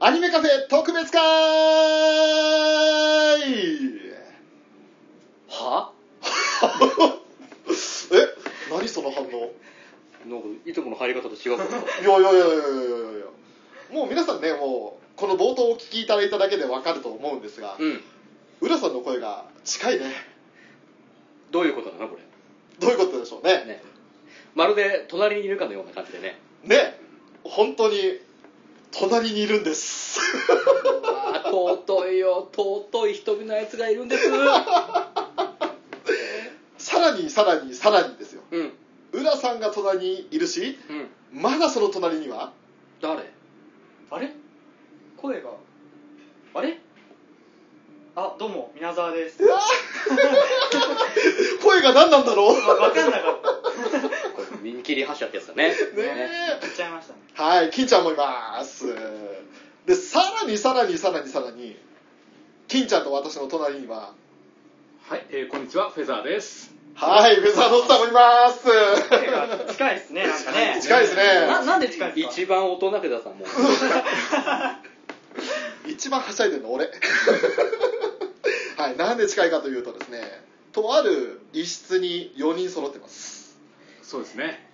アニメカフェ特別会 はえ何その反応いなんかいつもの入り方と違うからやいやいやいやいやいやいやもう皆さんねもうこの冒頭をお聞きいただいただけでわかると思うんですが、 うん浦さんの声が近いねどういうことなのこれどういうことでしょうねねまるで隣にいるかのような感じでねね本当に隣にいるんです あー尊いよ尊い瞳のやつがいる んですさらにさらにさらにですようんうん浦さんが隣にいるしまだその隣には誰あれ声があれあどうも皆沢です 声が何なんだろう分かんなかっこれ見切り発車ってやつだねねた言っちゃいましたねはい、金ちゃんもいます。で、さらにさらにさらにさらに、金ちゃんと私の隣には、はい、えーこんにちは、フェザーです。はい、フェザーノッさんもい声ま が近いですねなんかねす。近いですね。ななんで近いんですか一番大人手ださんも一番はしゃいでるの俺。 はい、なんで近いかというとですね、とある一室に4人揃ってます。そうですね。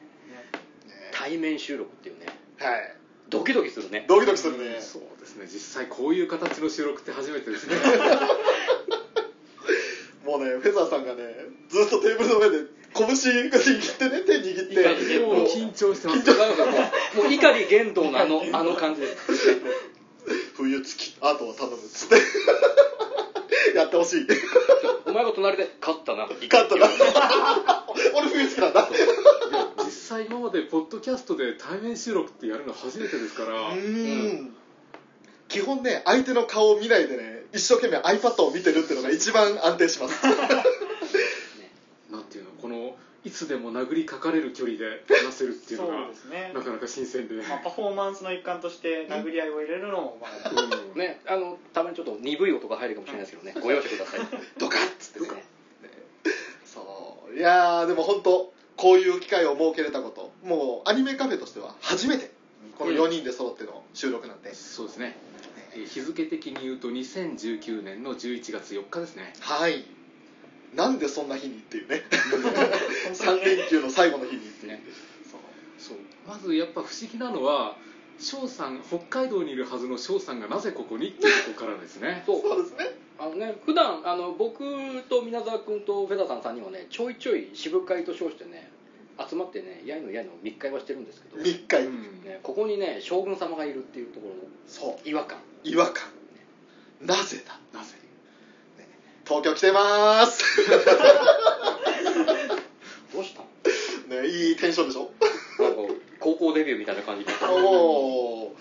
対面収録っていうねはい。ドキドキするねドキドキするね。そうですね、実際こういう形の収録って初めてですね。もうね、フェザーさんがね、ずっとテーブルの上で拳握ってね、手握って。もう緊張してまなんす。かもうもう碇玄道のあのあの感じです 冬月アートを頼むっつって やってほしい お前が隣で勝ったな勝勝ったな俺冬月なんだ実際今までポッドキャストで対面収録ってやるの初めてですから、うーん基本ね相手の顔を見ないでね一生懸命 iPad を見てるっていうのが一番安定しますなんていうの、この、いつでも殴りかかれる距離で話せるっていうのそうがで、すねなかなか新鮮で。 まあパフォーマンスの一環として殴り合いを入れるのもまあうんねあのたまにちょっと鈍い音が入るかもしれないですけどね ご容赦くださいドカッつってねねそういやーでも本当こういう機会を設けれたこともうアニメカフェとしては初めてこの4人で揃っての収録なんで、そうですね。えー日付的に言うと2019年の11月4日ですね。はいなんでそんな日にっていうね本当に3連休の最後の日にっていう、ねそうそうまずやっぱ不思議なのは翔さん北海道にいるはずの翔さんがなぜここにっていうとこからですねそうそうですねあのね普段あの僕と皆沢君とフェダさんさんにはねちょいちょい渋会と称してね集まってねやいのやいの密会はしてるんですけど、ね、密会、うんここにね将軍様がいるっていうところのそう違和感違和感なぜだなぜ東京来てまーすどうしたの ねいいテンションでしょなんか高校デビューみたいな感じでお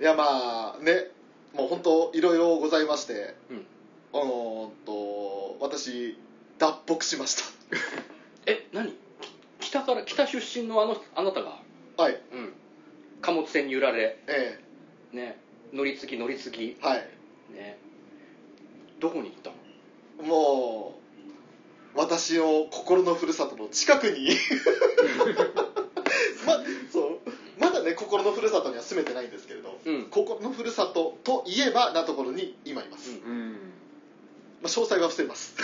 ーいやまあねもう本当いろいろございましてうんあのー、と私脱北しましえ何き北から北出身のあのあなたが、たはいうん、貨物船に揺られえね乗り継ぎ乗り継ぎえはいねどこに行ったのもう私の心のふるさとの近く にまそうまだね心のふるさとには住めてないんですけれどうん心のふるさとといえばなところに今います、うんうんまあ、詳細は伏せます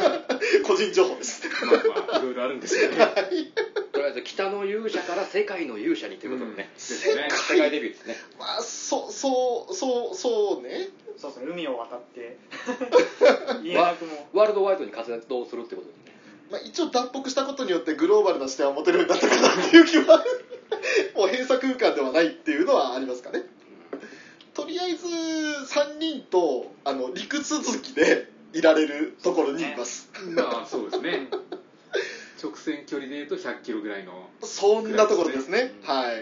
個人情報ですまあまあいろいろあるんですよねとりあえず北の勇者から世界の勇者にということでね、ですね世界デビューですねまあそうそうそうそうねそうですね海を渡って言えなくもワールドワイドに活動するってことでねまあ、一応脱北したことによってグローバルな視点は持てるようになったかなっていう気は もう閉鎖空間ではないっていうのはありますかねとりあえず3人とあの陸続きでいられるところにいますまあそうですね直線距離で言うと100キロぐらいのそんなところですねうんはい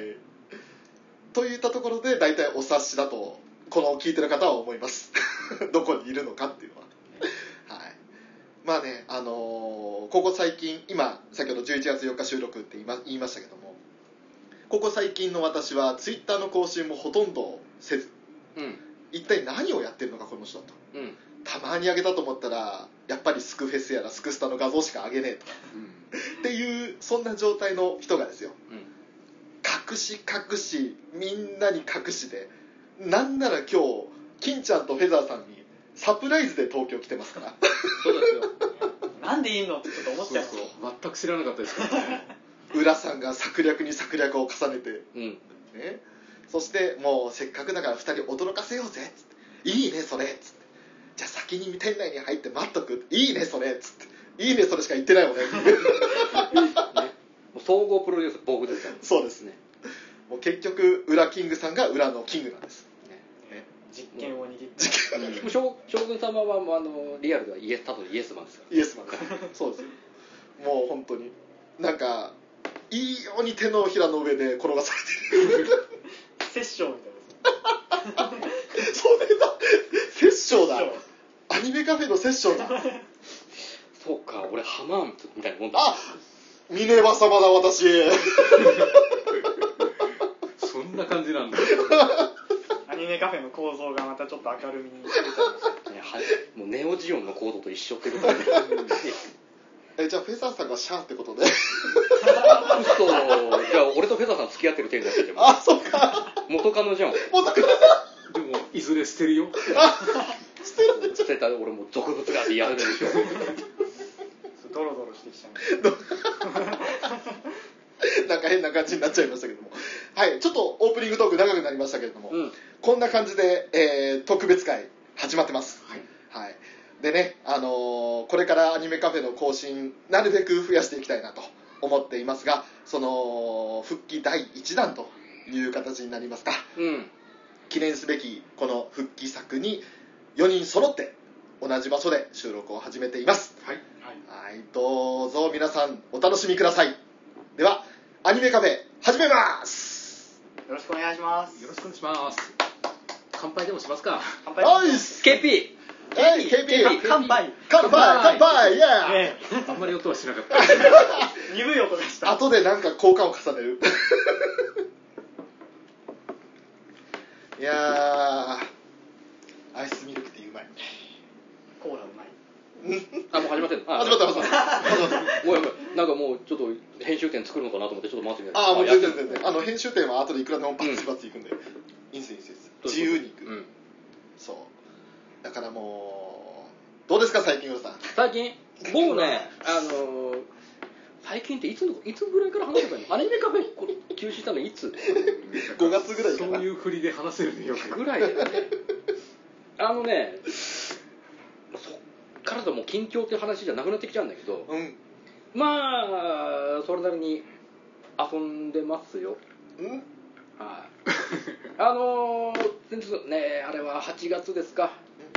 といったところで大体お察しだとこの聞いてる方は思います どこにいるのかっていうのははいまあねあのーここ最近今先ほど11月4日収録って言いま言いましたけどもここ最近の私はツイッターの更新もほとんどせずうん一体何をやってるのかこの人はとうんたまに上げたと思ったらやっぱりスクフェスやらスクスタの画像しか上げねえとうんっていうそんな状態の人がですようん隠し隠しみんなに隠しでなんなら今日金ちゃんとフェザーさんにサプライズで東京来てますからそうですよなんでいいのってちょっと思っちそゃううそう全く知らなかったですからね浦さんが策略に策略を重ねてうんね、そしてもうせっかくだから2人驚かせようぜっつって「いいねそれ」っつって「じゃあ先に店内に入って待っとく」「いいねそれ」っつって「いいねそれ」しか言ってないもんねもう総合プロデュース僕ですから そうですねもう結局裏キングさんが裏のキングなんです実験を握ってうん将将軍様はもうあのリアルではイエスたとイエスマンですかイエスマンがそうですよもう本当になんかいいように手のひらの上で転がされて殺生みたいなるそれだ殺生だ殺アニメカフェの殺生だらそうか俺ハマーンみたいなもんだあミネバ様だ私そんな感じなんだ生アニメカフェの構造がまたちょっと明るみにねはもうネオジオンのコードと一緒ってことでえじゃあフェザーさんがシャーってことで嘘じゃあ俺とフェザーさん付き合ってる程度だけじゃんあそっか元カノじゃん元カノでもいずれ捨てるよ捨てたら俺もう俗物があって嫌なんでしょドロドロしてきちゃう なんか変な感じになっちゃいましたけどもはいちょっとオープニングトーク長くなりましたけれども、うんこんな感じで、えー特別会始まってますはい、でねあのーこれからアニメカフェの更新なるべく増やしていきたいなと思っていますがその復帰第1弾という形になりますかうん記念すべきこの復帰作に4人揃って同じ場所で収録を始めていますはいはい、どうぞ皆さんお楽しみください。では、アニメカフェ始めますよろしくお願いしますよろしくお願いします乾杯でもしますか乾杯おいっす KP はい、KP! 乾杯乾杯乾杯イエーイええあんまり音はしなかっ鈍い音がした後でなんか交換を重ねる。いやー、アイスミルクティーうまい。コーラうまいあもう始まってんのあ始まった始まった。もうやばいなんかもうちょっと編集点作るのかなと思ってちょっと待ってみたあー、もう全然やって全んの然。あの、編集点は後でいくらでもバツバツいくんで。いいんすいいんすいいんす。自由にいく。うんそう。だからもう、どうですか最近、ウさん。最近僕ねあのー最近っていつのいつぐらいから話せばいいのアニメカフェこれ休止したのいつた5月ぐらいかそなういう振りで話せるねよぐくらいだよねあのねそっからだもう近況って話じゃなくなってきちゃうんだけどうん。まあそれなりに遊んでますようんはい、あのー先日ねあれは8月ですか、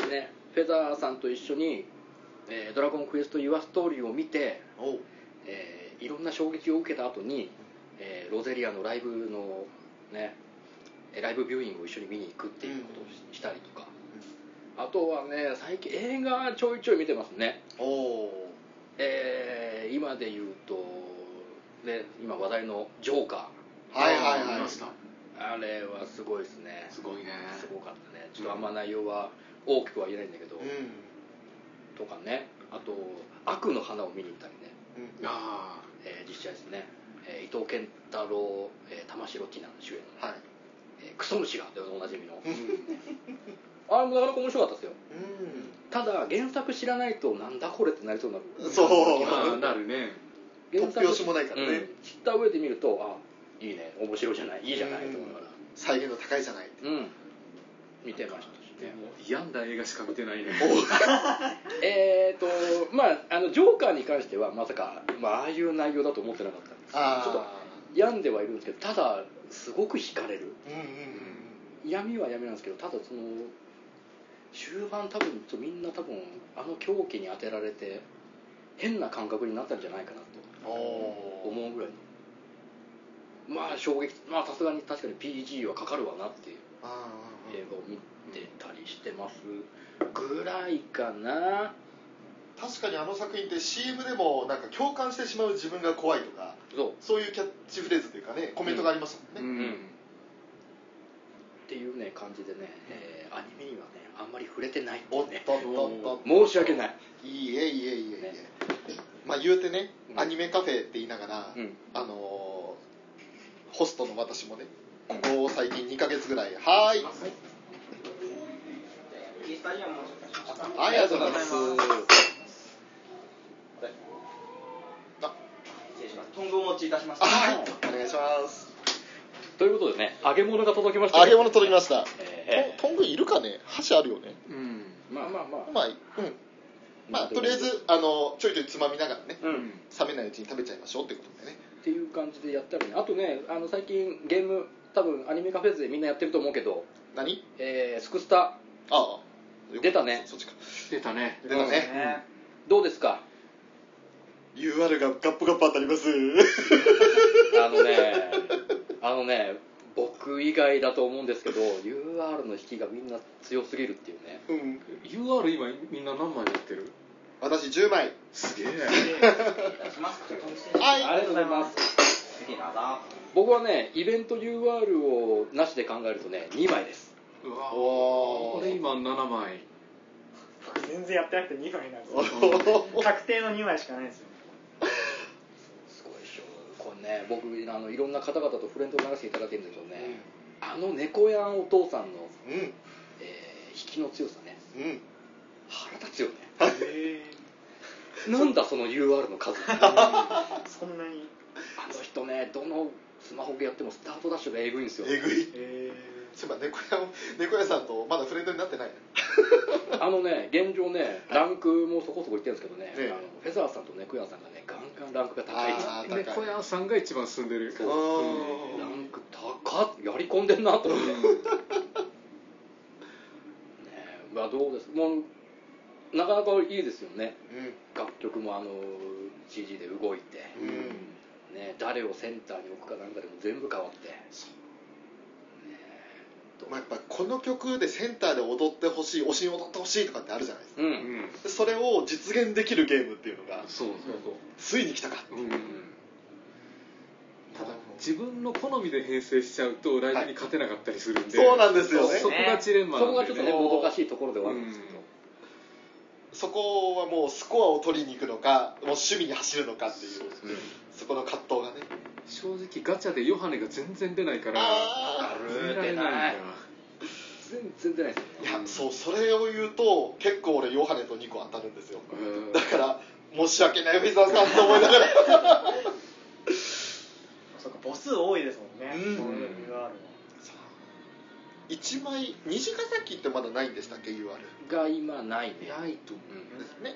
ね、フェザーさんと一緒に「えードラゴンクエスト・ユア・ストーリー」を見て、おうえーいろんな衝撃を受けた後に、えーロゼリアのライブのねえーライブビューイングを一緒に見に行くっていうことをししたりとか、あとはね最近映画ちょいちょい見てますねおおえー今で言うと、ね、今話題の「ジョーカはいはいはい見ましたー」あれはすごいですねすごいねすごかったねちょっとあんま内容は大きくは言えないんだけど、うとかねあと「悪の花」を見に行ったりね、んうんはあえー実写ですね、えー伊藤健太郎、えー玉城ティナ主演の、いえークソ虫がでおなじみのあ、うあんれもなかなか面白かったですようただ原作知らないとなんだこれってなりそうになるそうまあなるねん原突拍作子もないからね、うん知った上で見るとあいいね面白いじゃないいいじゃないと思いながら再現度高いじゃないうん見てましたしでねも病んだ映画しか見てないねえーとまああのジョーカーに関してはまさか、まあああいう内容だと思ってなかったんですあちょっと病んではいるんですけどただすごく惹かれるーうんうん闇は闇なんですけどただその終盤多分みんな多分あの狂気に当てられて変な感覚になったんじゃないかなうんおとお思うぐらいのまあ衝撃まあさすがに確かに PG はかかるわなっていうあー映画を見てたりしてますぐらいかな確かにあの作品って CM でもなんか共感してしまう自分が怖いとかそうそういうキャッチフレーズというかねコメントがありましたもんね、うんっていうね感じでね、えーアニメにはねあんまり触れてないおっねとっとっとっ申し訳ない、といいえいいえいいえいいえ、ねまあ言うてね、うんアニメカフェって言いながら、うん、あのーホストの私もねここ最近2ヶ月ぐらい「はーいダイヤモンドさんありがとうございます失礼しますトングをお持ちいたしますあはいお願いしますということでね揚げ物が届きました揚げ物届きましたええトングいるかね箸あるよねうんまあまあまあまあうんまあとりあえずあのちょいちょいつまみながらねうん冷めないうちに食べちゃいましょうってことでねっていう感じでやったらねあとねあの最近ゲーム多分アニメカフェでみんなやってると思うけど、何えースクスタああ出たねそっちか出たね出たねねどうです か UR がガッポガッポ当たり ますあのねあのね僕以外だと思うんですけど UR の引きがみんな強すぎるっていうねうん UR 今みんな何枚やってる私10枚すげえいたしますはいありがとうございますすげえなだ僕はねイベント UR をなしで考えるとね2枚ですうわおーこれ今7枚僕全然やってなくて2枚なんですよ確定の2枚しかないんですよすごいでしょこれね僕あのいろんな方々とフレンドを流していただけるんだけどね、あの猫やんお父さんの、うんえー引きの強さねうん腹立つ よねへえなんだその UR の数あそんなにの人ねどのスマホでやってもスタートダッシュがえぐいんですよえぐいへそういえば猫屋を猫屋さんとまだフレンドになってないねあのね現状ねランクもそこそこいってるんですけどね、ええあのフェザーさんとネクヤンさんがねガンガンランクが高いあー高い猫屋さんが一番進んでるそううんランク高っやり込んでんなと思って、ねえまあどうですもうなかなかいいですよね楽曲もあの CG で動いて、うんうんね、誰をセンターに置くかなんかでも全部変わってねえどうまあ、やっぱこの曲でセンターで踊ってほしい推しに踊ってほしいとかってあるじゃないですかううんんでそれを実現できるゲームっていうのがそうそうそうついに来たかそううんただ自分の好みで編成しちゃうとライブに勝てなかったりするんで、そうなんですよそねこがジレンマそこながんちょっでとねねもどかしいところではあるんですけど、うんそこはもうスコアを取りに行くのかもう趣味に走るのかっていうそこの葛藤がね正直ガチャでヨハネが全然出ないからあー集められないんだ全然出ないですいよねやそうそれを言うと結構俺ヨハネと2個当たるんですようんだから申し訳ないフェザーさんと思いながら そうか母数多いですもんねうんそういう UR は1枚虹ヶ崎ってまだないんでしたっけ UR が今ないねないとうんですね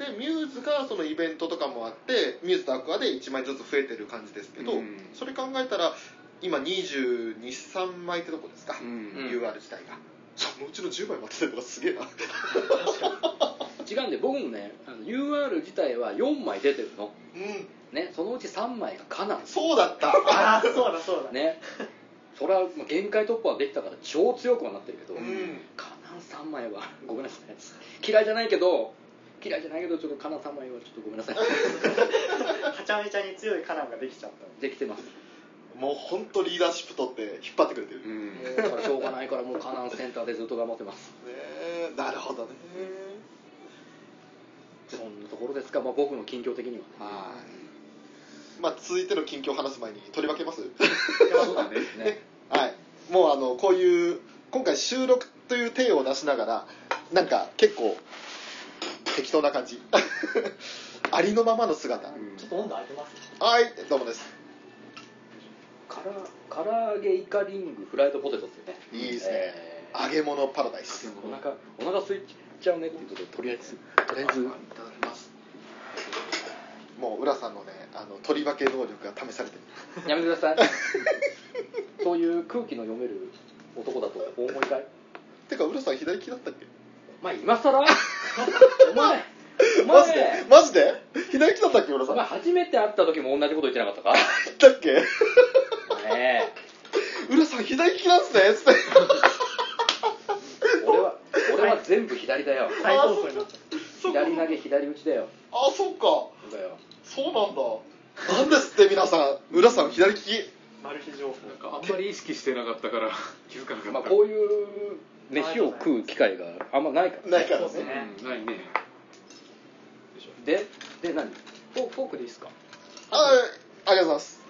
でミューズがそのイベントとかもあってミューズとアクアで1枚ずつ増えてる感じですけど、うんそれ考えたら今223枚ってとこですか、うん UR 自体がそのうちの10枚待ってるのがす げえな違うんで僕もねあの UR 自体は4枚出てるのうんねそのうち3枚がカナンですそうだったああそうだそうだねそれはもう限界突破はできたから超強くはなってるけど、うんカナン3枚はごめんなさい嫌いじゃないけど嫌いじゃないけどちょっとカナン3枚はちょっとごめん なさいはちゃめちゃに強いカナンができちゃったできてますもう本当リーダーシップ取って引っ張ってくれてる、うねんだからしょうがないからもうカナンセンターでずっと頑張ってますえなるほどねそんなところですか、まあ、僕の近況的にはねはいまあ続いての近況を話す前に取り分けますそ うだねねはいもうあのこういう今回収録という体を出しながらなんか結構適当な感じ ありのままの姿はうんちょっと温度上げますいどうもですから唐揚げイカリングフライドポテトっていうねいいですねえー揚げ物パラダイスでもお腹お腹空いちゃうねっていうことでとりあえ ずとりあえずいただきますもう浦さんのねあの取り分け能力が試されてるやめてください そういう空気の読める男だとお思いかいてか浦さん左利きだったっけお前 今更お前おマジで前マジで左利きだったっけ浦さおん前だっ初めて会った時も同じこと言ってな かったかけね浦さん左利きなんすねつってえ俺は俺は全部左だよ最高峰になっちゃっそうか左投げ左打ちだよあそうかそうだよそうなんだなんですって皆さん浦さん左利きたマル秘情報なんかあんまり意識してなかったから気づかなかっまた、あこういう飯を食う機会があんまないからないからそうですねねうんないねでで何フォフォークでいいですかあありがとうございます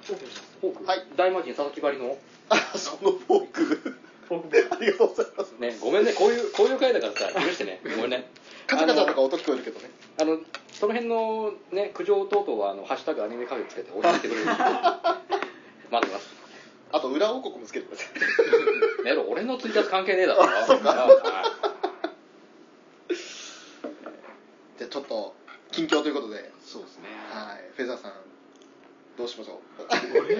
フォークはい大魔神佐々木ばりのあそのフォークフォークボールありがとうございますね、ごめんね、こういう、こういう回だからさ、許してね、ごめんね。カチャカチャとか音聞こえるけどねあの、その辺のね、苦情等々は、あの、ハッシュタグアニメカフェつけて教えてくれる。待ってます。あと裏王国もつけてくださいメロ、俺のツイキャス関係ねえだろ。じゃあちょっと近況ということでそうですねはいフェザーさんどうしましょう俺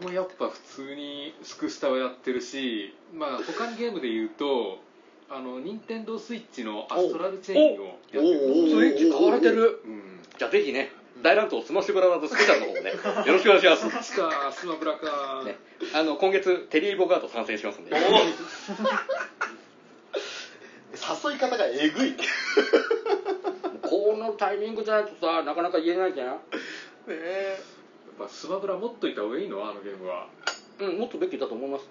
俺もやっぱ普通にスクスタはやってるしまあ他のゲームで言うとあの任天堂スイッチのアストラルチェインをやっておおるおツイッチ買われてる。うんじゃあぜひね、大乱闘スマッシュブラザーズスペシャルの方もね、よろしくお願いします。しかスマブラか、ね、あの、今月、テリー・ボガート参戦しますんで。誘い方がえぐいねこのタイミングじゃないとさ、なかなか言えないじゃん。えやっぱスマブラ持っといた方がいいのあのゲームはうん、もっとべきだと思います。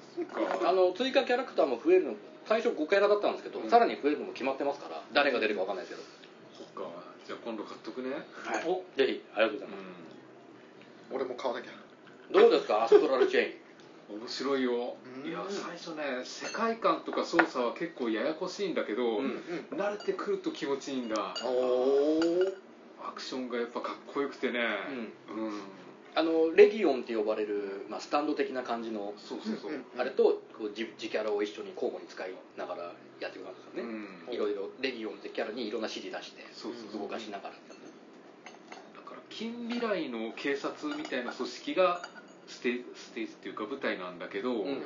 かあの、追加キャラクターも増えるの、最初5キャラだったんですけど、うんさらに増えるのも決まってますから、誰が出るかわかんないですけど。そっかじゃあ今度買っとくねはいお、ぜひ、ありがとうございます。う俺も買わなきゃどうですか、アストラルチェイン。ん、面白いようんいや最初ね世界観とか操作は結構ややこしいんだけど、うんうん慣れてくると気持ちいいんだおーアクションがやっぱかっこよくてねうん、あの、レギオンって呼ばれる、まあ、スタンド的な感じの、そうそうそう、うんあれと、こう自自キャラを一緒に交互に使いながらやっていく感じですよね。うんいろいろレギオンってキャラにいろんな指示出してそうそうそう動かしながら、だから近未来の警察みたいな組織がステステージっていうか舞台なんだけど、うん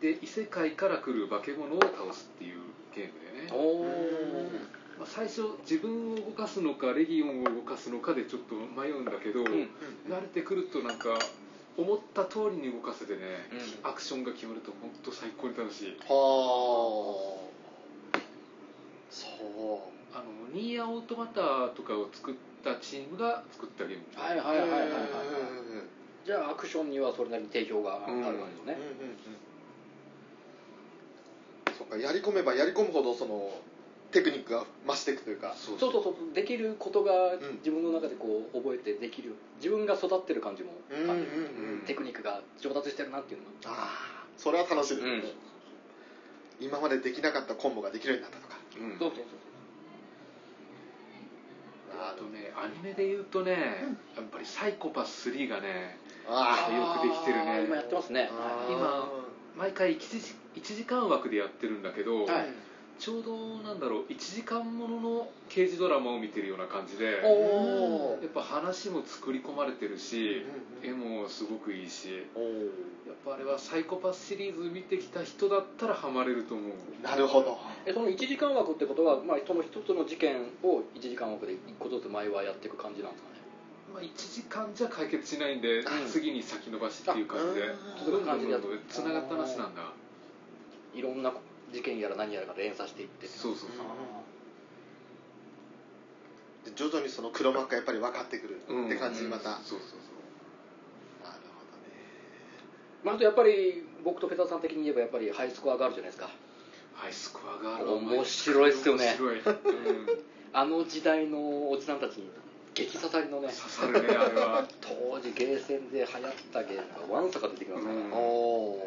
で異世界から来る化け物を倒すっていうゲームでね、おうーんまあ、最初自分を動かすのかレギオンを動かすのかでちょっと迷うんだけど、うん慣れてくるとなんか思った通りに動かせてね、うアクションが決まると本当最高に楽しいはあそあのニーアオートマタとかを作ったチームが作ったゲームはいはういはいはいはうんいじゃあアクションにはそれなりに定評があるわけうんですうねん、そっかやり込めばやり込むほどそのテクニックが増していくというかそうそうそそううそうできることがん自分の中でこう覚えてできる自分が育ってる感じもうんうん感うじるんテクニックが上達してるなっていうのがああそれは楽しいですね、うん今までできなかったコンボができるようになったとかうんそうそうあとねアニメで言うとね、やっぱりサイコパス3がねあよくできてるねあー今やってますねあー今毎回 1, 時1時間枠でやってるんだけど、はいちょうどなんだろう1時間ものの刑事ドラマを見てるような感じでおおーやっぱ話も作り込まれてるし、うん絵もすごくいいしおやっぱあれはサイコパスシリーズ見てきた人だったらハマれると思うーなるほどえその1時間枠ってことは、まあ、その一つの事件を1時間枠で1個ずつ毎話やっていく感じなんですかねまあ、1時間じゃ解決しないんで、ん次に先延ばしっていう感じであどんどんどんどんつながった話なんだいろんな事件やら何やらが連鎖していってそうそうあで徐々にその黒幕がやっぱり分かってくるそう、うん、って感じにまた、なるそうそうそうーまあ、あとやっぱり僕とフェザーさん的に言えばやっぱりハイスコアがあるじゃないですかハイスコアガールは面白いっすよね面白い、うんあの時代のおじさんたちに激刺さりのね刺さるねあれは当時ゲーセンで流行ったゲームがわんさか出てきますから、うんほどねおーだ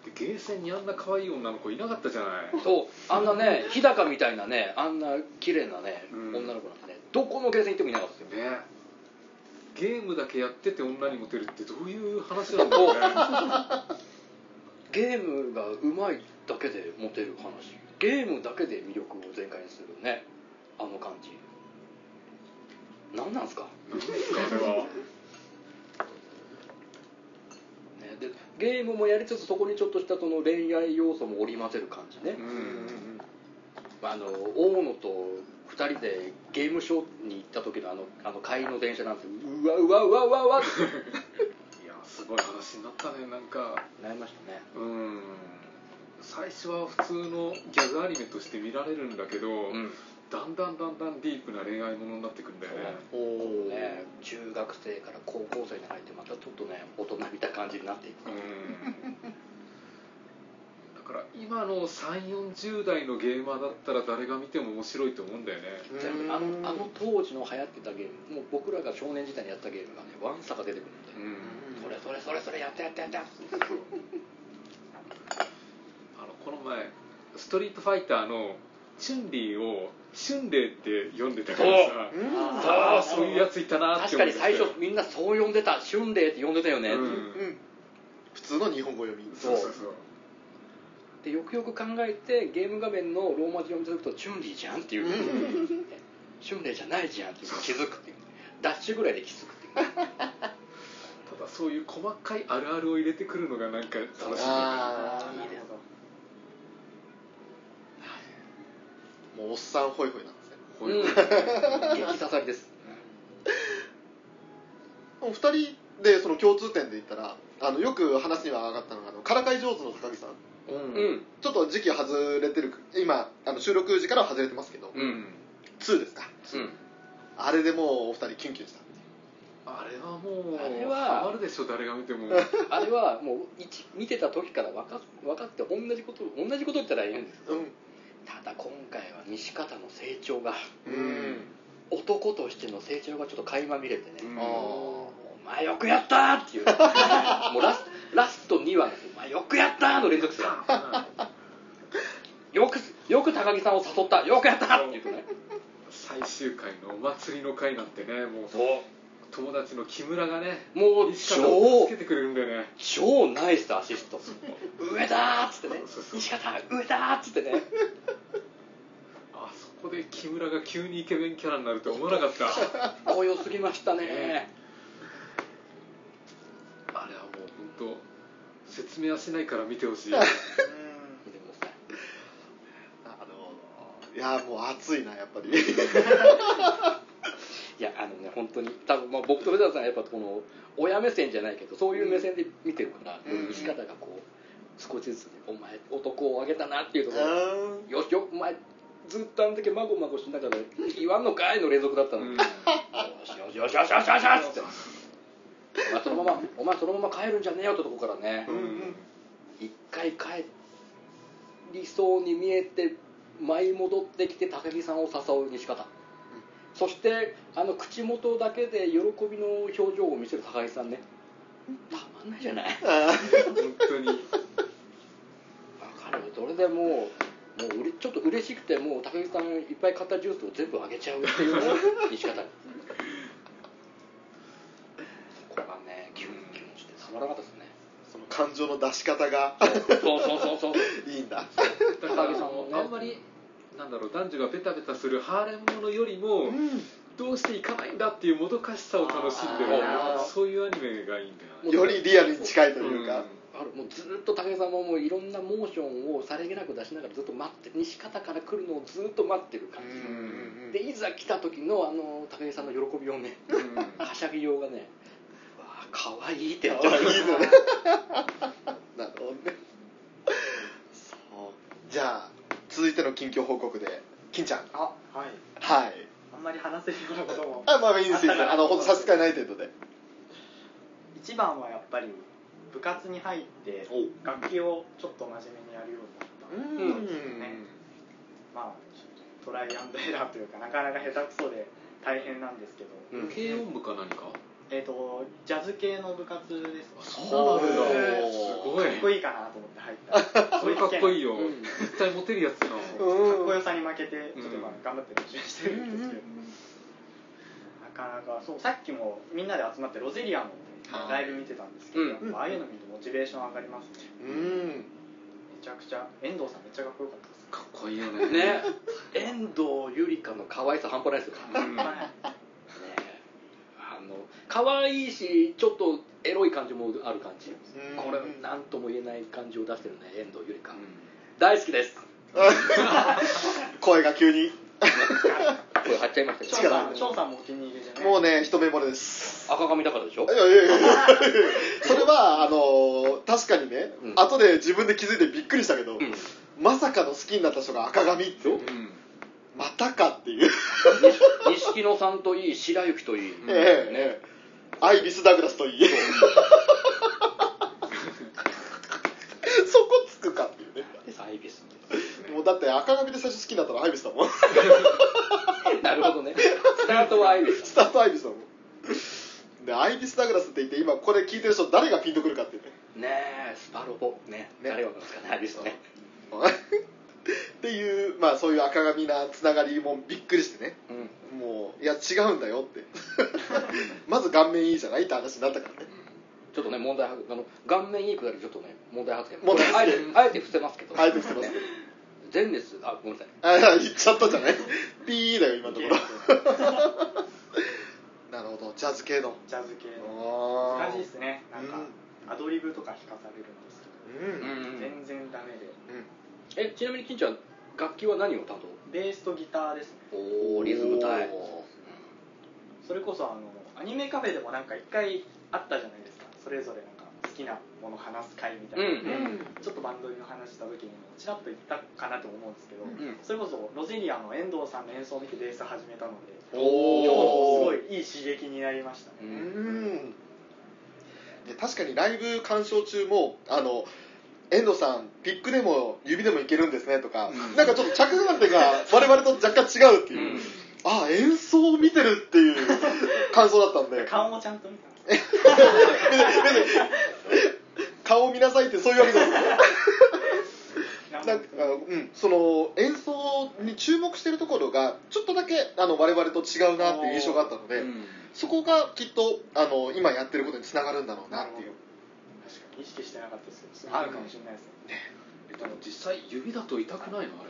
ってゲーセンにあんな可愛い女の子いなかったじゃないそうあんなね日高みたいなねあんな綺麗なね、うん女の子なんてねどこのゲーセン行ってもいなかったですよねゲームだけやってて女にモテるってどういう話なんだろうねゲームが上手いだけでモテる話ゲームだけで魅力を全開にするねあの感じ何なんすか、何ですかあれはね、でゲームもやりつつそこにちょっとしたその恋愛要素も織り交ぜる感じねう、うんんあの大野と2人でゲームショーに行った時のあのあの帰りの電車なんですようわうわうわうわうわっていやすごい話になったねなんかなりましたねうん最初は普通のギャグアニメとして見られるんだけど、うんだんだんだんだんディープな恋愛ものになってくんだよねおーね中学生から高校生に入ってまたちょっとね大人びた感じになっていくうんだから今の3 4 0代のゲーマーだったら誰が見ても面白いと思うんだよね全部あのあの当時の流行ってたゲームもう僕らが少年時代にやったゲームがねわんさか出てくるんで、うんそれそれそれそれやったやったやったあのこの前ストリートファイターのチュンリーをチュンレイって読んでたからさうんああそういうやついたなって確か思ってに最初みんなそう呼んでた「シュンレイ」って呼んでたよね、うんうん普通の日本語読みそうそうそうでよくよく考えてゲーム画面のローマ字読み解くと「チュンリーじゃん」っていう、うんシュンレイじゃないじゃんっていうのに気づくっていうダッシュぐらいで気づくっていうただそういう細かいあるあるを入れてくるのがなんか楽しいんだよねあいいですーもうおっさんホイホイなんですねこういうのうん激刺さりですお二人でその共通点で言ったらあのよく話には上がったのがあのからかい上手の高木さんうんうんちょっと時期外れてる今あの収録時からは外れてますけど、うん2ですかうんあれでもうお二人キュンキュンしたあれはもうあれはハマるでしょ誰が見てもあれはもう一見てた時から分か分かって同じこと同じこと言ったら言うんですけど、うんただ今回は西方の成長がうん男としての成長がちょっと垣間見れてね、うんあお前よくやったー っていうもうラスラスト2話ですよお前よくやったーの連続ですよよくよく高木さんを誘ったよくやったーって言うとね最終回のお祭りの回なんてねもう友達の木村がねもう西方を超助けてくれるんだよね超ナイスアシスト上だーっつってねそうそう西方上だーっつってねあそこで木村が急にイケメンキャラになると思わなかった強すぎましたねねあれはもう本当説明はしないから見てほしい見てくださいなるほどいやもう熱いなやっぱり いやあのね本当に多分まあ僕とレザーさんはやっぱこの親目線じゃないけどそういう目線で見てるから、うんこう西方がこう少しずつねお前男をあげたなっていううところ、んよしよお前ずっとあんだけまごまごしながら言わんのかいの連続だったのに、うんよしよしよしよしよしよしよしってお前そのままお前そのまま帰るんじゃねえよってとこからねうん一回帰りそうに見えて舞い戻ってきて高木さんを誘う西方、そしてあの口元だけで喜びの表情を見せる高木さんねたまんないじゃない本当にわかるそれでもうもううれちょっと嬉しくてもう高木さんいっぱい買ったジュースを全部あげちゃうって いうね西方にここがねキュンキュンしてたまらなかったですねその感情の出し方がそうそうそうそういいんだだからあ高木さんものねあんまりなんだろう男女がベタベタするハーレムものよりも、どうしていかないんだっていうもどかしさを楽しんでるあーそういうアニメがいいんだよねよりリアルに近いというか、あるもうずっと武井さんももういろんなモーションをさりげなく出しながらずっと待って西方から来るのをずっと待ってる感うんじ、うんうんでいざ来た時のあの武井さんの喜びをねうんうんはしゃぎようがねうわあかわいいっていなやっいちゃういですよねなるほどねそうじゃあ続いての近況報告で金ちゃんあはいはいあんまり話せるようなこともあまあいいですいいですあのほんと差し支えない程度で一番はやっぱり部活に入っておう楽器をちょっと真面目にやるようになったんまあちょっとトライアンドエラーというかなかなか下手くそで大変なんですけど、うん軽音部か何かえっ、とジャズ系の部活ですねそうなんだへーすごいかっこいいかなと思って入ったそれかっこいいよよ、うん絶対モテるやつだもんうかっんこよさに負けてうんちょっとまあ頑張って練習してるんですけど、なかなかそうさっきもみんなで集まってロゼリアのライブ見てたんですけど、うんやっぱああいうの見るとモチベーション上がりますねうんめちゃくちゃ遠藤さんめっちゃかっこよかったですかっこいいよねね遠藤ゆりかの可愛さ半端ないですよねうんあの可愛いしちょっとエロい感じもある感じうんこれ何とも言えない感じを出してるね遠藤ゆりか、大好きです声が急にこれ貼っちゃいましたけど翔さん翔さんもお気に入りでねもうね一目惚れです赤髪だからでしょいやいやいやいやそれはあの確かにね、うん後で自分で気づいてびっくりしたけど、うんまさかの好きになった人が赤髪ってうんまたかっていう、 錦野さんといい白雪といい、んええええアイビス・ダグラスといいそこつくかっていうねサイビスもうだって赤髪で最初好きになったのアイビスだもんスなるほどねスタートはアイビスタートアイビスだもんでアイビス・ダグラスって言って今これ聞いてる人誰がピンとくるかっていうねねえスパロボねね誰がなんですかねアイリスねっていうまあそういう赤髪なつながりもびっくりしてねうんもういや違うんだよってまず顔面いいじゃないって話になったからねちょっとね問題発あの顔面いいくだりちょっとね問題発言問題発言これあえてあえて伏せますけどあえて伏せますね前列あごめんなさいあ言っちゃったじゃないピーだよ今のところなるほどジャズ系のジャズ系のあー難しいですねなんか、アドリブとか聞かされるんですうけんうんうんど、全然ダメでえちなみに金ちゃん楽器は何を担ベースとギターですね当おおリズム隊おそれこそあのアニメカフェでもなんか一回あったじゃないですかそれぞれなんか好きなもの話す会みたいな、うんーうんちょっとバンドの話した時にもちらっと言ったかなと思うんですけど、んそれこそロゼリアの遠藤さんの演奏を見てベース始めたので今日おもおすごいいい刺激になりましたうね、んで確かにライブ鑑賞中もあの遠藤さんピックでも指でもいけるんですねとか、なんかちょっと着眼点が我々と若干違うっていう、うんあ演奏を見てるっていう感想だったんで顔もちゃんと見たんです顔を見なさいってそういうわけじゃないなんなんかあのうん、その演奏に注目してるところがちょっとだけあの我々と違うなっていう印象があったので、うんそこがきっとあの今やってることにつながるんだろうなっていう確かに意識してなかったですけどそれあるかもしれないですね、えでも実際指だと痛くないのあ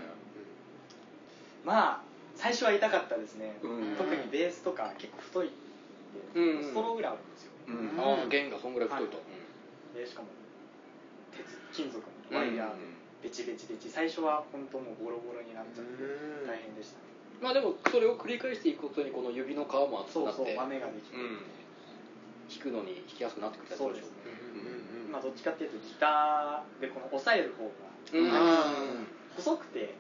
まあ最初は痛かったですね、れうん特にベースとか結構太いんうんで、ストローぐらいあるんですようんああ弦がそんぐらい太いと、はいでしかも鉄金属のワイヤーベチベチベチ最初は本当もうボロボロになっちゃってうん大変でしたねまあでもそれを繰り返していくことにこの指の皮も厚くそなうっそうて豆ができて、うん弾くのに弾きやすくなってくるそうですね、うんまあどっちかっていうとギターでこの押さえる方がうん細くて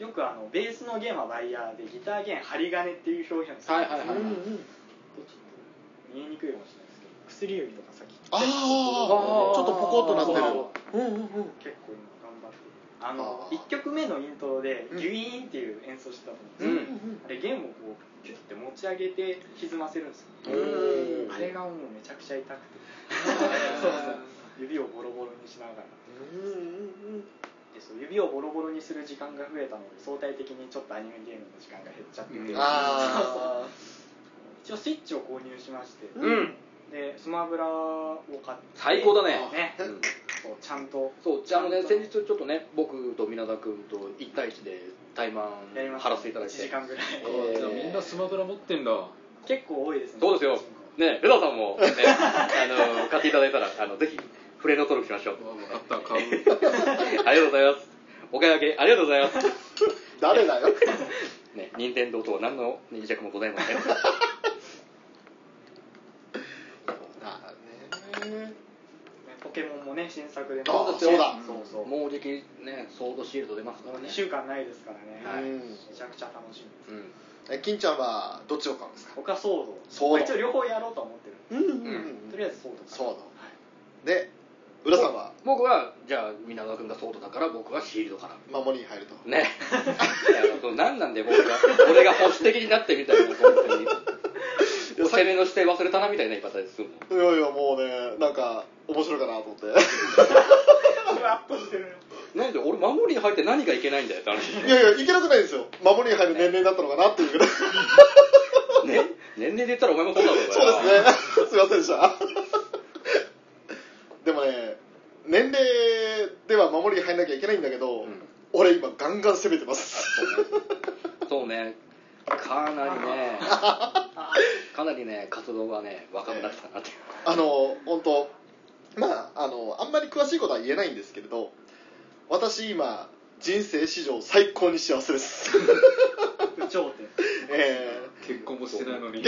よくあのベースの弦はワイヤーでギター弦針金っていう表現をするんですけど、はいはいはいちはょいっと見えにくいかもしれないですけど薬指とか先ああちょっーとポコッとなってるそううんうんうん結構今頑張ってあのあー1曲目のイントロでギュイーンっていう演奏してたと思うんでうすよ、んあれ弦をこうキュッて持ち上げて歪ませるんですようんあれがもうめちゃくちゃ痛くてそうそう指をボロボロにしながらでそう指をボロボロにする時間が増えたので相対的にちょっとアニメゲームの時間が減っちゃってて、うんあ一応スイッチを購入しまして、うんうんでスマブラを買って最高だねねうんそうちゃんとそうじゃああのね先日ちょっとね僕と皆田君と1対1で対マやりンまし張らせていただい1て時間ぐらい、えーじゃあみんなスマブラ持ってんだ結構多いですねそうですよねレダさんも ねあの買っていただいたらあのぜひフレンド登録しまし ょう分かった買うありがとうございますお買い上げありがとうございます誰だよね任天堂とは何の癒着もございませんだねねポケモンもね新作であそうだそうそうもうじきねソードシールド出ますからね2週間ないですからはね、いうんめちゃくちゃ楽しみですうんえ金ちゃんはどっちを買うんですか他ソードソードまあ一応両方やろうとは思ってるうんうんとりあえずソードそううだで浦さんは僕はじゃあ皆川君がソードだから僕はシールドから守りに入るとね いやそう何なんで僕が俺が保守的になってみたいな本 当にお攻めの姿勢忘れたなみたいな言い方でするもんいやいやもうねなんか面白いかなと思ってふわっとしてるなんで俺守りに入って何がいけないんだよ って話いやいやいけなくないですよ守りに入る年齢だったのかなっていうぐらい ね年齢で言ったらお前もそうだろうがそうですねすいませんでしたでもね年齢では守りに入んなきゃいけないんだけど、うん俺今ガンガン攻めてますそうねかなりねかなりね活動がね若くなってたなっていう あの本当まああのあんまり詳しいことは言えないんですけれど私今人生史上最高に幸せ です、不調点え結婚もしてないのに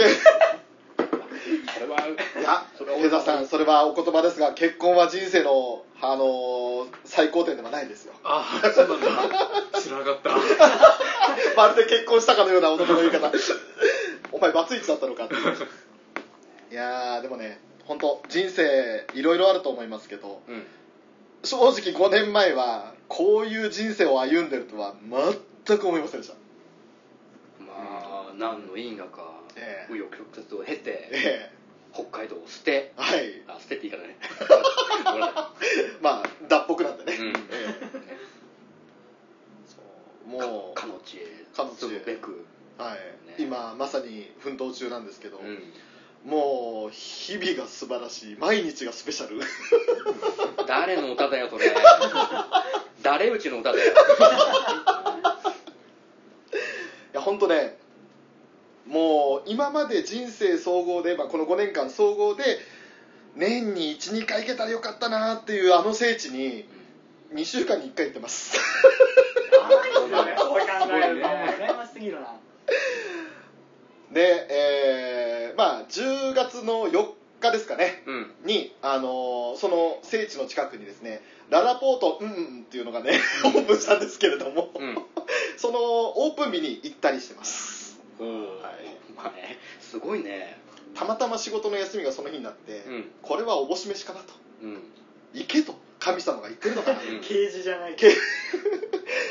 それはー、いや江田さんそれはお言葉ですが結婚は人生の、あの最高点ではないですよ ああそうなんだ知らなかったまるで結婚したかのような男の言い方 お前バツイチだったのかっていういやーでもね本当人生いろいろあると思いますけどうん正直5年前はこういう人生を歩んでるとは全く思いませんでしたまあ何の因果かええ紆余曲折を経てえ北海道を捨てはいあ捨てって言い 方ねまあ脱北なんでね、うんええもうかの地へかの地へ住むべく、はい、ね今まさに奮闘中なんですけど、うんもう日々が素晴らしい毎日がスペシャ ル誰の歌だよそ れ誰うちの歌だいよや本当ねもう今まで人生総合で、まあ、この5年間総合で年に12回行けたらよかったなっていうあの聖地に2週間に1回行ってますそう考えると羨ましすぎるなでえーまあ10月の4日ですかねうんに、あのーその聖地の近くにですねララポートうんうんっていうのがねオープンしたんですけれどもうん そのオープン日に行ったりしてますはいまあねすごいねたまたま仕事の休みがその日になって、うんこれはおぼし飯かなとうん行けと神様が言ってるのかなうん刑事じゃない刑事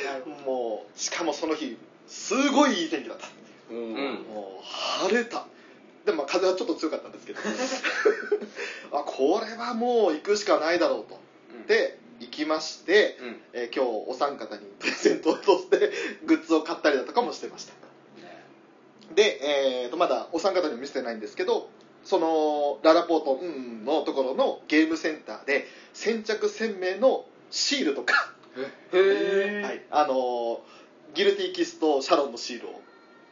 なるほどもうしかもその日すごいいい天気だったうんうんもう晴れたでもまあ風はちょっと強かったん ですけどあこれはもう行くしかないだろうとで行きまして、うんえー今日お三方にプレゼントをとしてグッズを買ったりだとかもしてましたねで、えー、とまだお三方にも見せてないんですけどそのララポートンのところのゲームセンターで先着1000名のシールとか、へえはい、あのーギルティーキスとシャロンのシールを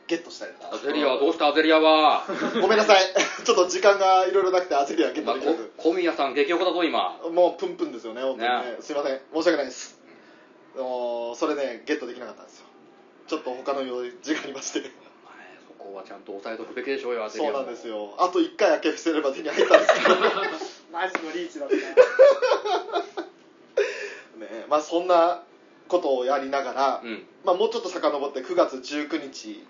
ゲットしたりとアかゼリアはどうしたアゼリアは ごめんなさいちょっと時間がいろいろなくて焦りはゲッまトあでこきず小宮さん激おこだぞ今もうプンプンですよね本当にねねすいません申し訳ないですあのーそれねゲットできなかったんですよちょっと他の用事がありましてまあねそこはちゃんと抑えとくべきでしょうよアゼそリアうもなんですよあと1回開け伏せれば手に入ったんですけどマジのリーチだったねまあ、そんなことをやりながら、うんまあ、もうちょっと遡って9月19日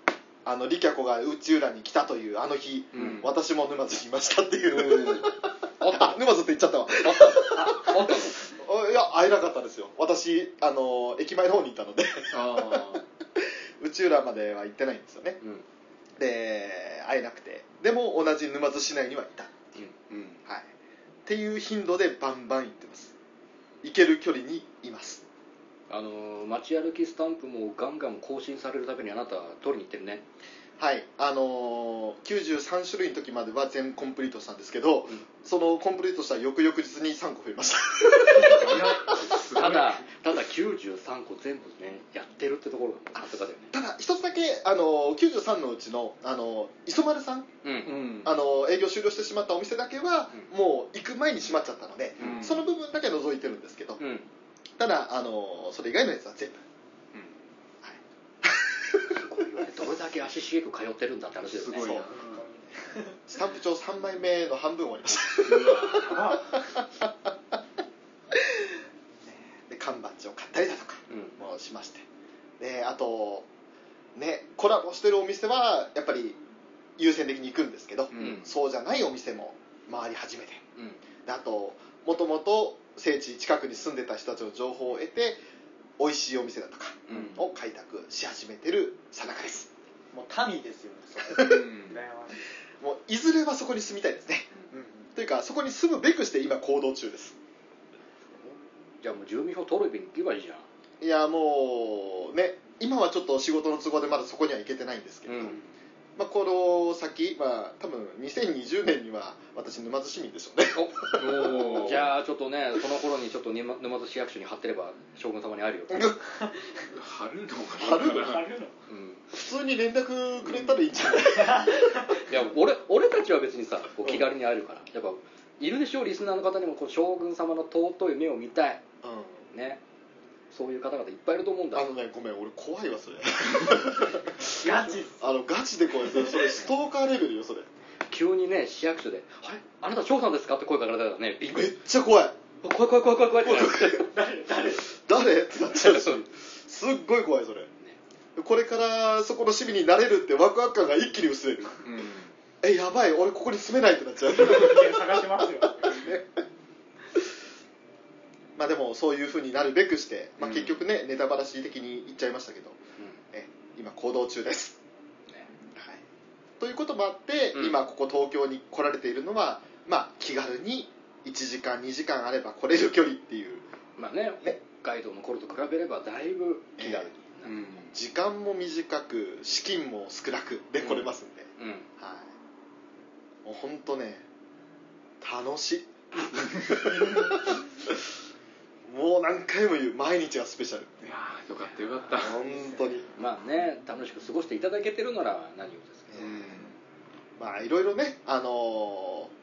あのリキャコが宇宙裏に来たというあの日、うん私も沼津にいましたっていう、 あっあた沼津って言っちゃったわあったあったのあ いや会えなかったですよ私あの駅前の方にいたので あ宇宙裏までは行ってないんですよねうんで会えなくてでも同じ沼津市内にはいた、うんはい、っていう頻度でバンバン行ってます行ける距離にいますあのー街歩きスタンプもガンガン更新されるためにあなた取りに行ってるねはいあのー93種類の時までは全コンプリートしたんですけど、んそのコンプリートした翌々日に3個増えましたあただ ただ93個全部ねやってるってところがさすがだよねただ一つだけ、あのー93のうちの、あのー磯丸さん、うんんあのー営業終了してしまったお店だけは、もう行く前に閉まっちゃったので、うんその部分だけ覗いてるんですけど、うんただ、あのーそれ以外のやつは全部すごいよねどれだけ足しげく通ってるんだって話だよねすごいなそうスタンプ帳3枚目の半分終わりましたで缶バッジを買ったりだとかうんもしましてであとねコラボしてるお店はやっぱり優先的に行くんですけど、うんそうじゃないお店も回り始めてうんであともともと聖地近くに住んでた人たちの情報を得て美味しいお店だとかうんを開拓し始めてるさなかですもう民ですよねうそれん羨ましいもういずれはそこに住みたいですねというかそこに住むべくして今行動中ですじゃあもう住民票取るべに行けばいいじゃんいやもうね今はちょっと仕事の都合でまだそこには行けてないんですけど、うんまあ、この先、まあ、多分2020年には私沼津市民でしょうね おーじゃあちょっとねその頃にちょっと沼沼津市役所に貼ってれば将軍様に会えるよ、貼るの貼るの貼るのうん普通に連絡くれたらいいんじゃない、 いや俺俺たちは別にさこう気軽に会えるからやっぱいるでしょリスナーの方にもこう将軍様の尊い目を見たいねそういう方々いっぱいいると思うんだあのねごめん俺怖いわそれ ガチっすあのガチで怖いそれそれストーカーレベルよそれ急にね市役所で「あれあなた翔さんですか?」って声かけられたからねびっくめりっちゃ怖い「怖い怖い怖い怖い怖い」ってなって誰誰誰ってなっちゃうしすっごい怖いそれこれからそこの市民になれるってワクワク感が一気に薄れるえやばい俺ここに住めないってなっちゃう人間探してますよまあでもそういうふうになるべくして、まあ、うん結局ね、ネタバラシ的に言っちゃいましたけどえ今行動中です、ねはいということもあって、うん今ここ東京に来られているのは、まあ、気軽に1時間2時間あれば来れる距離っていうまあねね北海道の頃と比べればだいぶ気軽に、うん時間も短く資金も少なくで来れますんで、うんはいもう本当ね楽しいもう何回も言う毎日がスペシャルいやーよかったよかった本当にまあね楽しく過ごしていただけてるなら何よりですけど、うんまあいろいろね、あの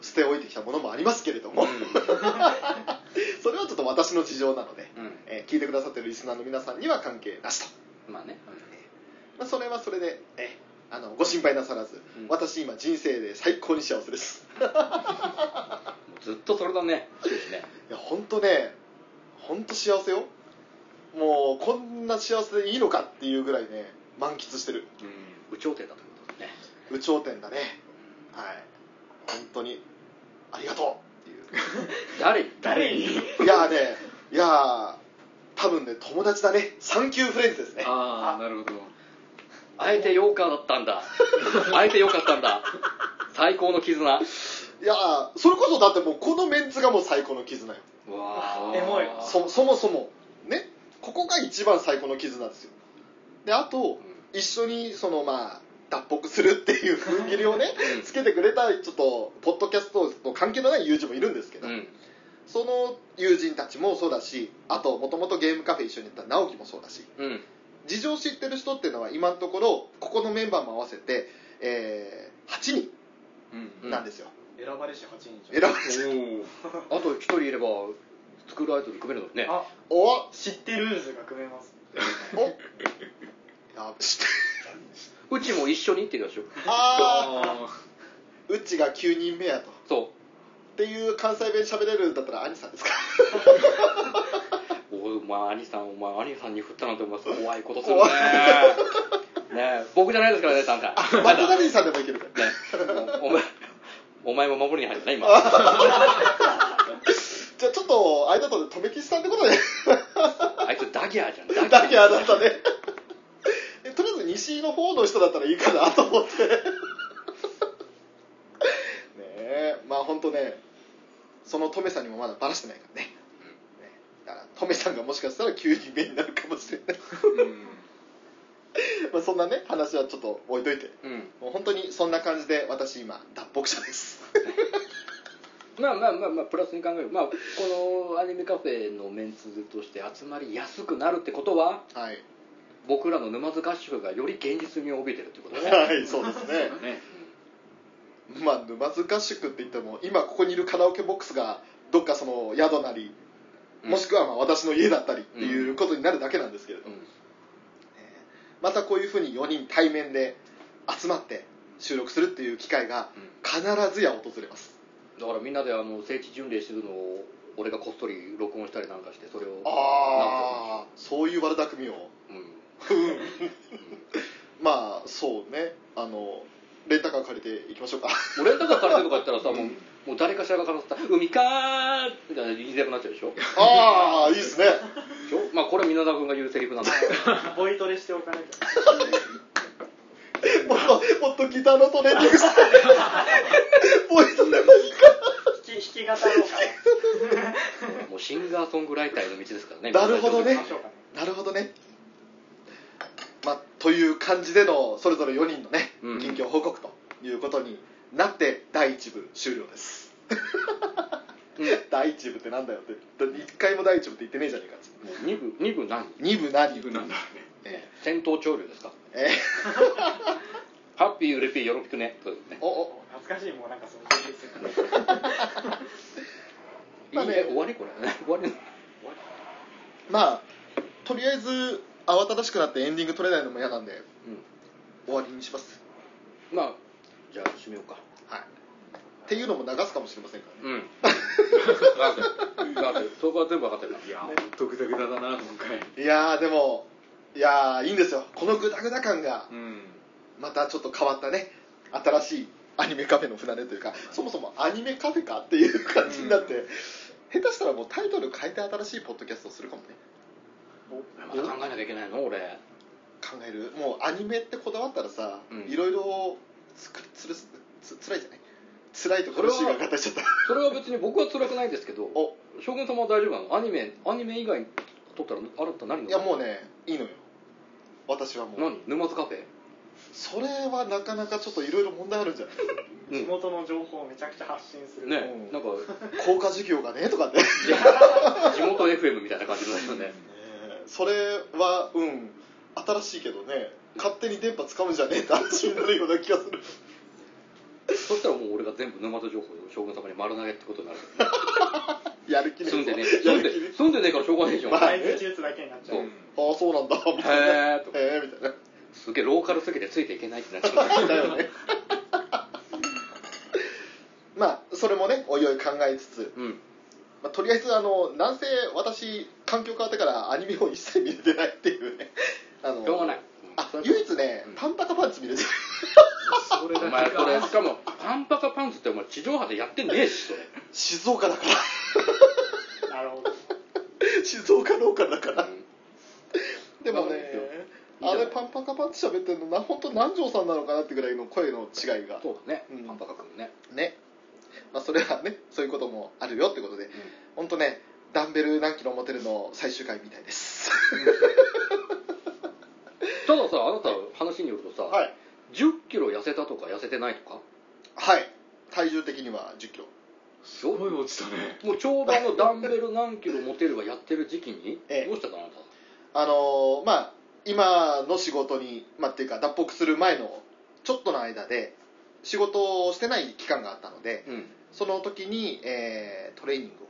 ー捨て置いてきたものもありますけれども、 それはちょっと私の事情なので、うんえー聞いてくださってるリスナーの皆さんには関係なしと、まあね、まあ、それはそれで、えーあのご心配なさらず、うん私今人生で最高に幸せです もうずっとそれだねそうですねいや本当ね本当幸せよもうこんな幸せでいいのかっていうぐらいね満喫してる有頂天だということですね有頂天だねはい本当にありがとうっていう誰に誰 にいやーね、いやー多分ね、友達だね、サンキューフレンズですね。ああなるほどあえてヨーカーだったんだあえてよかったんだ最高の絆わいやーそれこそだってもう、このメンツがもう最高の絆よ。あエモいそそもそも、ね、ここが一番最高の絆ですよ。で、あと、一緒に、そのまあ、脱北するっていう風切りをね、うんつけてくれた、ちょっと、ポッドキャストと関係のない友人もいるんですけど、うん、うんその友人たちもそうだし、あと、もともとゲームカフェ一緒に行った直樹もそうだし、うん事情を知ってる人っていうのは今のところここのメンバーも合わせて、えー8うんう人なんですよ、選ばれし8人じゃ選んばれておおあと一人いればスクールアイドル組めるのねあおお知ってるーズが組めます やべしてうちも一緒にって言うでしょあああうちが9人目やとっそていう関西弁喋れるんだったら兄さんですかうおいお前兄さんお前兄さんに振ったなんてお前怖いことす るね怖ねえ僕じゃないですか らね丹さん松田兄さんでもいけるからねお前お前も守りに入っ た今じゃあちょっと間とで留吉さんってことであいつダギャーじゃんダだけあなたね えとりあえず西の方の人だったらいいかなと思って ねえまあ本当ねそのトメさんにもまだバラしてないからねだからトメさんがもしかしたら9人目になるかもしれない まあそんなね話はちょっと置いといてうんもう本当にそんな感じで私今脱北者 ですまあまあまあまあプラスに考えるまあこのアニメカフェのメンツとして集まりやすくなるってことは はい僕らの沼津合宿がより現実味を帯びてるってことねはいそうですねうんねまあ沼津合宿って言っても今ここにいるカラオケボックスがどっかその宿なりもしくはまあ私の家だったりっていうことになるだけなんですけれど、うんまたこういうふうに4人対面で集まって収録するっていう機会がうん必ずや訪れますだからみんなであの聖地巡礼してるのを俺がこっそり録音したりなんかしてそれをああそういう悪巧みをうん まあそうねあのレンタカー借りていきましょうか俺のとか借りてとか言ったらさもうもう誰かしらがからさ「海かー」みたいな言いづらくなっちゃうでしょでし ああいいですねょまあこれは皆田君が言うセリフ なんだけどボイトレしておかなきゃもっともっとギターのトレーニングしてボイトレもいい弾き弾き語ろうかもうシンガーソングライターへの道ですからねなるほどねなしようかなるほどねまあという感じでのそれぞれ4人のねうん近況報告ということになって第1部終了ですうん第1部ってなんだよって1回も第1部って言ってねえじゃねえかっつもう二部二部何二2部何自分なんだろえ戦闘潮流ですかーえハッピーウレピーよろしくねそうですねー、おお懐かしいもうなんかそのセリフですよねまあねいい終わりこれ 終わりまあとりあえず慌ただしくなってエンディング取れないのも嫌なんでうん終わりにしますまあじゃあ締めようかはいっていうのも流すかもしれませんからねうん だってだってそこは全部分かってるからうねいやー独特だだな今回いやーでもいやーいいんですよこのグダグダ感がうんまたちょっと変わったね新しいアニメカフェの船出というかそもそもアニメカフェかっていう感じになって、下手したらもうタイトル変えて新しいポッドキャストをするかもねまた考えなきゃいけないの俺考えるもうアニメってこだわったらさ、うんいろいろつくつるすつつらいじゃない辛いと苦しいが語っちゃったそれは別に僕は辛くないですけどお将軍様は大丈夫なのアニメアニメ以外撮ったらあなた何のいやもうねいいのよ私はもう何沼津カフェそれはなかなかちょっといろいろ問題あるんじゃない うん地元の情報をめちゃくちゃ発信する、ねうんなんか効果授業がねとかって地元 FM みたいな感じになるよね それはうん新しいけどね勝手に電波掴むんじゃねえって話になるような気がす るそしたらもう俺が全部沼津情報を将軍様に丸投げってことになるやる気ね住ん でねや住るんで気ね住んでねえからしょうがねえじゃんまあ毎日打つだけになっちゃうそう ああそうなんだみたいなへえとかええみたいなすげえローカルすぎてついていけないってなっちゃうだよ ねまあそれもねおいおい考えつつ、うんまあ、とりあえずあのなんせ私環境変わってからアニメを一切見れてないっていうねあのしょうがないあそれ唯一ね、うんパンパカパンツ見れて るそれおだ前けこれしがかもパンパカパンツってお前地上波でやってねえしそれ静岡だからなるほど静岡ローカルだからでもねまああねれパンパカパンツ喋ってるのな本当南條さんなのかなってぐらいの声の違いがそうだねうんパンパカ君ねね、まあ、それはねそういうこともあるよってことで、ん本当ねダンベル何キロ持てるの最終回みたいですたださあなたの話によるとさ はい1 0キロ痩せたとか痩せてないとかはい体重的には1 0キロすごい落ちたねもうちょうどあのダンベル何キロ持てるがやってる時期にええどうしたのあなたあのーまあ今の仕事に、まあ、っていうか脱北する前のちょっとの間で仕事をしてない期間があったのでうんその時に、えートレーニングを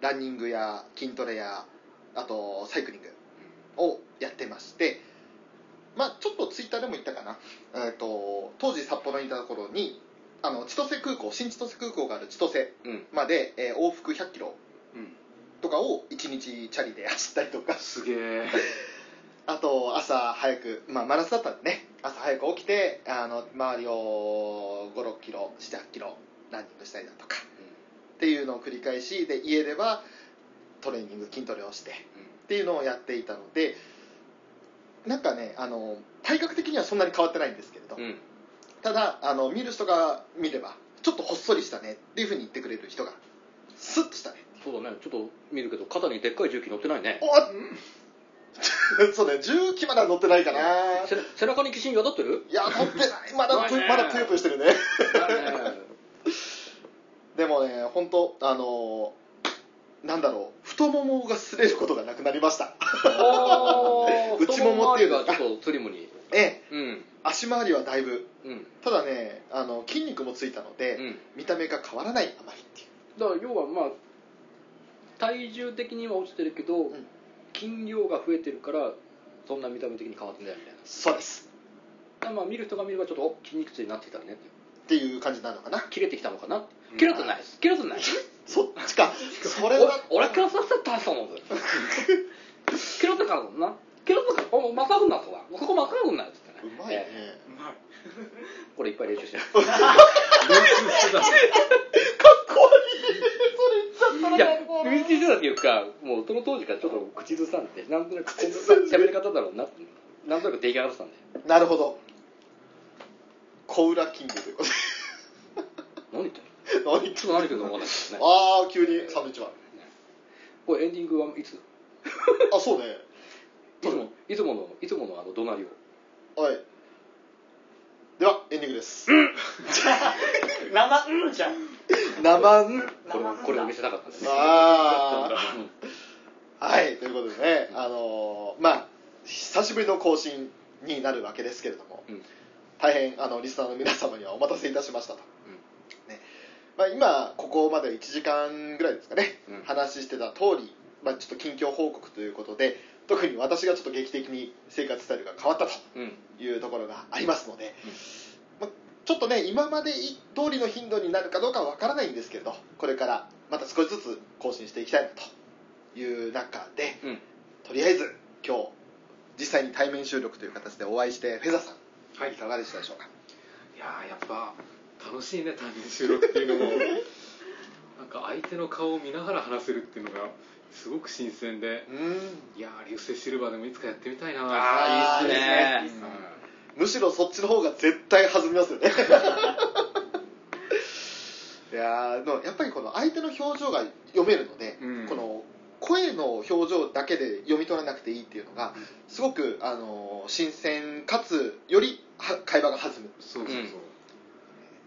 ランニングや筋トレやあとサイクリングをやってましてまあちょっとツイッターでも言ったかな、えー、と当時札幌にいたところにあの千歳空港新千歳空港がある千歳うんまで、えー往復100キロうんとかを1日チャリで走ったりとかすげえあと朝早く、まあ、真夏だったんでね朝早く起きてあの周りを56キロ78キロランニングしたりだとか、っていうのを繰り返しで家ではトレーニング筋トレをして、っていうのをやっていたのでなんかねあの体格的にはそんなに変わってないんですけれど、うんただあの見る人が見ればちょっとほっそりしたねっていうふうに言ってくれる人がスッとしたねそうだねちょっと見るけど肩にでっかい重機乗ってないねおっ そうね重機まだ乗ってないかなせ背中に寄進宿ってるいや、乗ってない。まだ、怖いねまだぷよぷよしてるね。 だねでもね、本当あのーなんだろう、太ももが擦れることがなくなりました。 あ内もーもっていう太のもも周りがちょっとスリムにええ、うん足回りはだいぶ。うんただね、あの、筋肉もついたので、うん見た目が変わらない、あまりっていう。だから要はまあ体重的には落ちてるけど、ん筋量が増えてるからそんな見た目的に変わってないみたいなそうです。だからまあ見る人が見ればちょっとお筋肉痛になってきたねってっていう感じなのかな。切れてきたのかなうん切れてないです切れてないそっちか。それは、 お俺は切れてなかったんだもん切れてからだな切れてからお真っ赤くなったわここ真っ赤くなるっつってうねまいねえ。うまいえこれいっぱい練習してる練習してたいや、身についてたっていうか、もうその当時からちょっと口ずさんで、なんとなくこんな喋り方だろうな、なんとなく出来上がってたんで、なるほど。小浦キングと いうことで。何言ってる何言っちてょんっとの何言ってるか分かんないですね。あー、急にサンドイッチマン。これエンディングはいついあ、そうね。つもいつもの、いつものあの怒鳴りを。はい。では、エンディングです。生うんじゃん生んこれを、これを見せたかったんですね。あだーはいということでねあのーまあ久しぶりの更新になるわけですけれども、うん大変あのリスナーの皆様にはお待たせいたしましたと、ねまあ、今ここまで1時間ぐらいですかね、うん話してた通り、まあ、ちょっと近況報告ということで特に私がちょっと劇的に生活スタイルが変わったとうん。うん。いうところがありますので、まあちょっとね今まで通りの頻度になるかどうかはわからないんですけれどこれからまた少しずつ更新していきたいなという中でうん。とりあえず今日実際に対面収録という形でお会いしてフェザーさんはいいかがでしたでしょうか、いやーやっぱ楽しいね対面収録って いうのもなんか相手の顔を見ながら話せるっていうのがすごく新鮮でうーんいやー流星シルバーでもいつかやってみたいなあーいいっすねうんむしろそっちの方が絶対弾みますよね いやーでもやっぱりこの相手の表情が読めるので、うんこの声の表情だけで読み取らなくていいっていうのがすごく、あのー新鮮かつよりは会話が弾むそうそうそう、うん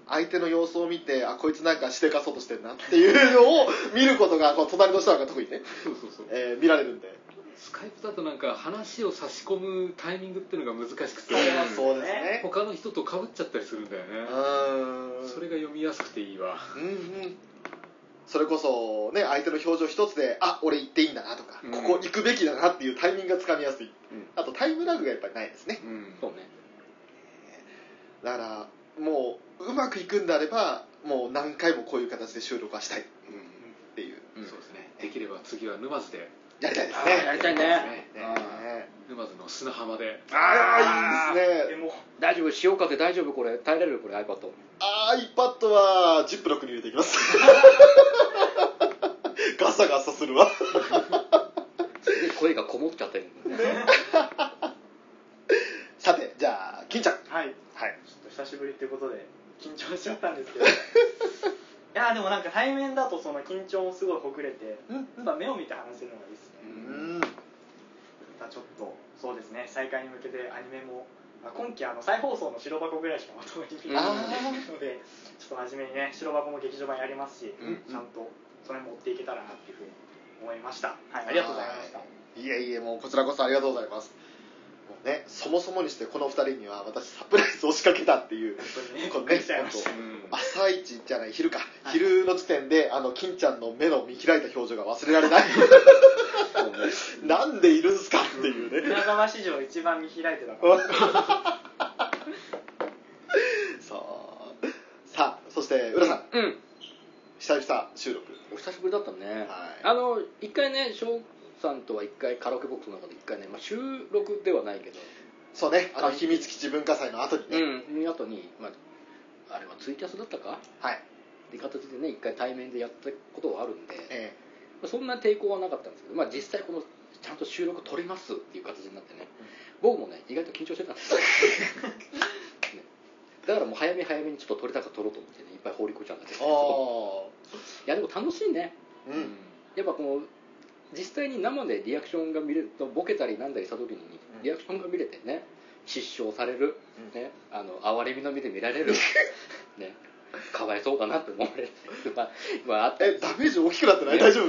相手の様子を見てあこいつなんかしてかそうとしてんなっていうのを見ることがこう隣の人なんか特にね、そうそうそうえー見られるんでスカイプだとなんか話を差し込むタイミングっていうのが難しくそてれはそうですね他の人と被っちゃったりするんだよねうーんそれが読みやすくていいわうんうんそれこそね相手の表情一つであ俺行っていいんだなとか、うんここ行くべきだなっていうタイミングがつかみやすい、うんあとタイムラグがやっぱりないですねうんそうねだからもううまくいくんであればもう何回もこういう形で収録はしたいっうんていううんそうですねできれば次は沼津でやりたいですあーやねりたいねねあ沼津の砂浜でーああいいですでねもー大丈夫潮風大丈夫これ耐えられるこれ iPad ああ iPad はジップロックに入れていきます ガサガサするわすげえ声がこもっちゃってるんだねさてじゃあ金ちゃんはいはいちょっと久しぶりってことで緊張しちゃったんです けどいやーでもなんか対面だとその緊張もすごいほぐれてうんやっぱ目を見て話せるのがいいですうねんまたちょっとそうですね再開に向けてアニメも、まあ、今期あの再放送の白箱ぐらいしかまともに見てないあので ちょっと真面目にね白箱も劇場版やりますし、うんちゃんとそれも追っていけたらなっていうふうに思いました、はい、いありがとうござい ましたいえいえもうこちらこそありがとうございますもうねそもそもにしてこの二人には私サプライズを仕掛けたっていう本当にねこびのっくねりしちゃいましたうん朝一じゃない昼か、はい昼の時点であの金ちゃんの目の見開いた表情が忘れられないそうね なんでいるんすかっていうね、稲沢史上一番見開いてたからさあさあそして浦さんうん久々収録お久しぶりだったね、はいあの一回ね翔さんとは一回カラオケボックスの中で一回ね、まあ、収録ではないけどそうねあのあ秘密基地文化祭の後にね、うん、あとに、まあ、あれはツイキャスだったかはい、って形でね一回対面でやったことはあるんで、えまあそんな抵抗はなかったんですけど、まあ、実際このちゃんと収録撮りますっていう形になってね、僕もね意外と緊張してた んですよ、ねだからもう早め早めにちょっと撮れたか撮ろうと思ってねいっぱい放り込んじゃうんだけー、どあいやでも楽しいねあううんんやっぱこう実際に生でリアクションが見れるとボケたりなんだりした時にんリアクションが見れてね失笑される、うんね、あの哀れみの目で見ら れる、ね、かわいそうだなって思われる、まあまあ、あったえダメージ大きくなってないね大丈夫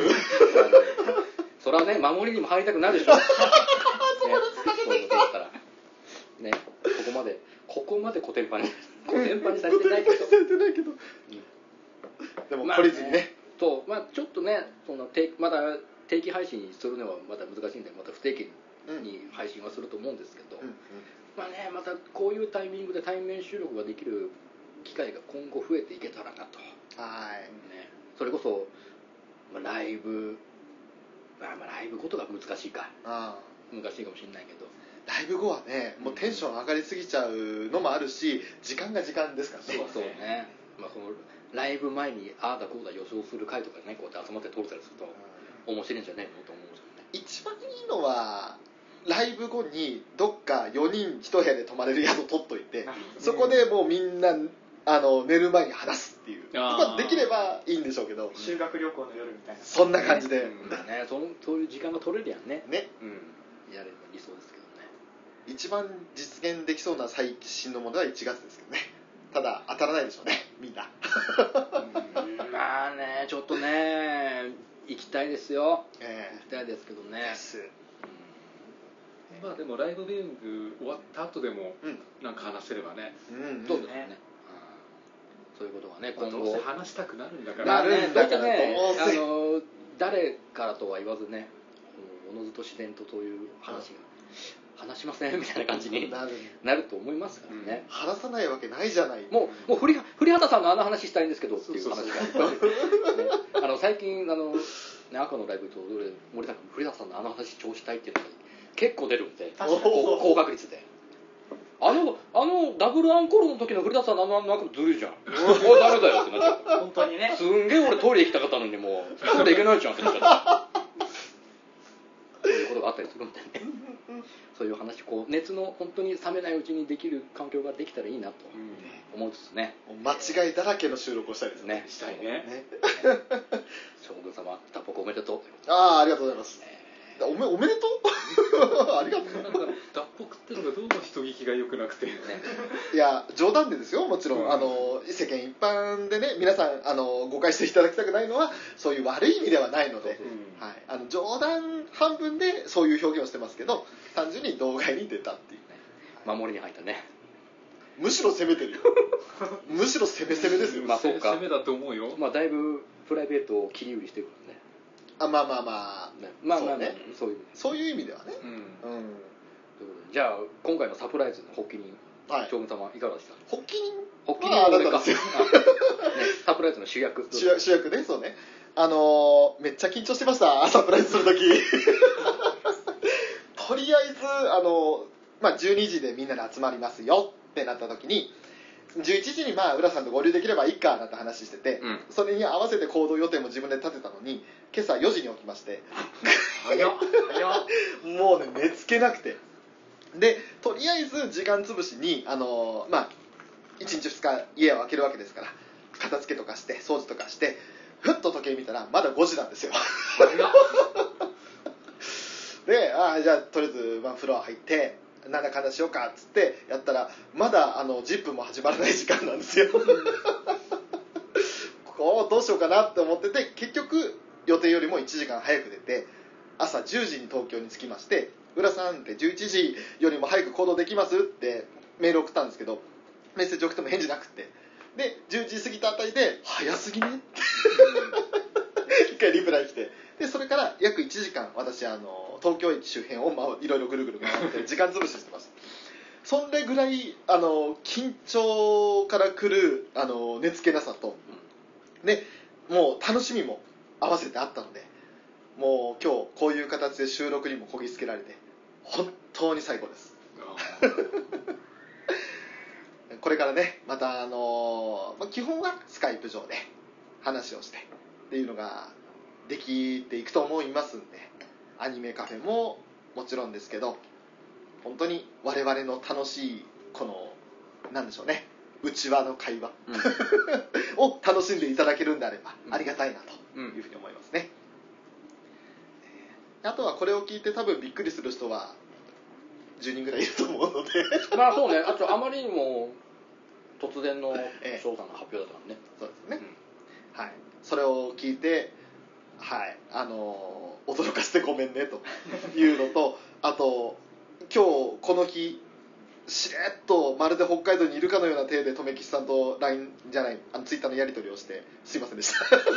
それはね守りにも入りたくな るでしょそこで繋げてきたからねここまでここまでコテンパンにコテンパンにされてないけどされてないけどでもまあ懲りずにね,、とまあちょっとねその定まだ定期配信するのはまだ難しいんでまた不定期うんに配信はすると思うんですけど、うんうんまあねまたこういうタイミングで対面収録ができる機会が今後増えていけたらなと、はいね、それこそ、まあ、ライブ、まあ、まあライブことが難しいかああ難しいかもしれないけどライブ後はねもうテンション上がりすぎちゃうのもあるし時間が時間ですからねそそううね、まあ、このライブ前にああだこうだ予想する回とかねこうやって集まって撮れたりすると面白いんじゃねえのと思うんですよね一番いいのはライブ後にどっか4人一部屋で泊まれる宿取っといてそこでもうみんなあの寝る前に話すっていうことあがーできればいいんでしょうけど修学旅行の夜みたいなそんな感じで、うんまあねそのそういう時間が取れるやんねねうんやれば理想ですけどね一番実現できそうな最新のものは1月ですけどねただ当たらないでしょうねみんなまあねちょっとね行きたいですよ え行きたいですけどえねですまあでもライブビューイング終わった後でもうんなんか話せればねうんどうですかねねうんそういうことがねまあ今どうせ後話したくなるんだかまなあらるねんそういだかったらねどうあせの誰からとは言わずねおのずと自然とそういう話が話しませんみたいな感じになるなると思いますからね、話さないわけないじゃないもうもう古は古畑さんのあの話したいんですけどっていう話がいっぱいあってねあの最近あの、ね、赤のライブとどれ森田君古畑さんのあの話超したいっていうのが結構出るんで確かに高高確率であのあのダブルアンコールの時の古田さんのあのなんかずるいじゃんおいダメだよってなっちゃ本当にねうすんげえ俺トイレ行きたかったのにもうトイレ行けないじゃんってなっちゃうそういうことがあったりするんでねそういう話こう熱の本当に冷めないうちにできる環境ができたらいいなと思いつつね間違いだらけの収録をしたいですねねしたいねね将軍様脱北おめでとうああありがとうございますおめおめでとう ありがとうなんか脱北ってのがどうも人聞きが良くなくてねいや冗談でですよもちろん、うんあの世間一般でね皆さんあの誤解していただきたくないのはそういう悪い意味ではないのでう、んはい、あの冗談半分でそういう表現をしてますけど単純に動画に出たっていう守りに入ったねむしろ攻めてる よむしろ攻め攻めですよ、まあそうか攻めだと思うよまあだいぶプライベートを切り売りしてるからねあまあまあまあねまあまあそうねそういうそういう意味ではねうんうんということでじゃあ今回のサプライズの発起人はい将軍様いかがでした発起人発起人まあは俺あなたかですよあねサプライズの主役主役主役ねそうねあのーめっちゃ緊張してました サプライズする時とりあえずあのーまあ、12時でみんなで集まりますよってなった時に11時にまあ浦さんと合流できればいいかなんて話してて、うんそれに合わせて行動予定も自分で立てたのに今朝4時に起きま して早っ早っ もうね寝つけなくてでとりあえず時間潰しにあのーまあ1日2日家を空けるわけですから片付けとかして掃除とかしてふっと時計見たらまだ5時なんですよ早っ でああじゃあとりあえず、まあ、風呂入ってなんだかんだしようかっつってやったらまだあの10分も始まらない時間なんです よこうどうしようかなって思ってて結局予定よりも1時間早く出て朝10時に東京に着きまして「浦さん」って11時よりも早く行動できますってメール送ったんですけどメッセージ送っても返事なくってで10時過ぎたあたりで「早すぎね」一回リプライ来てでそれから約1時間私あの東京駅周辺を回いろいろぐるぐる回って時間潰ししてましたそんれぐらいあの緊張からくるあの寝つけなさと、でもう楽しみも合わせてあったのでもう今日こういう形で収録にもこぎつけられて本当に最高ですこれからねまたあのまあ基本はスカイプ上で話をしてっていうのができていくと思いますんでアニメカフェももちろんですけど本当に我々の楽しいこのなんでしょうね内輪の会話うん を楽しんでいただけるんであればうんありがたいなうというんふうに思いますね、えーあとはこれを聞いて多分びっくりする人は10人ぐらいいると思うのでまあそうねあとあまりにも突然のええ翔さんの発表だったのねそうですね、はいそれを聞いてはいあのー驚かせてごめん ねというのとあと今日この日しれっとまるで北海道にいるかのような体で留吉さんと LINE じゃないあのツイッターのやり取りをしてすいませんでした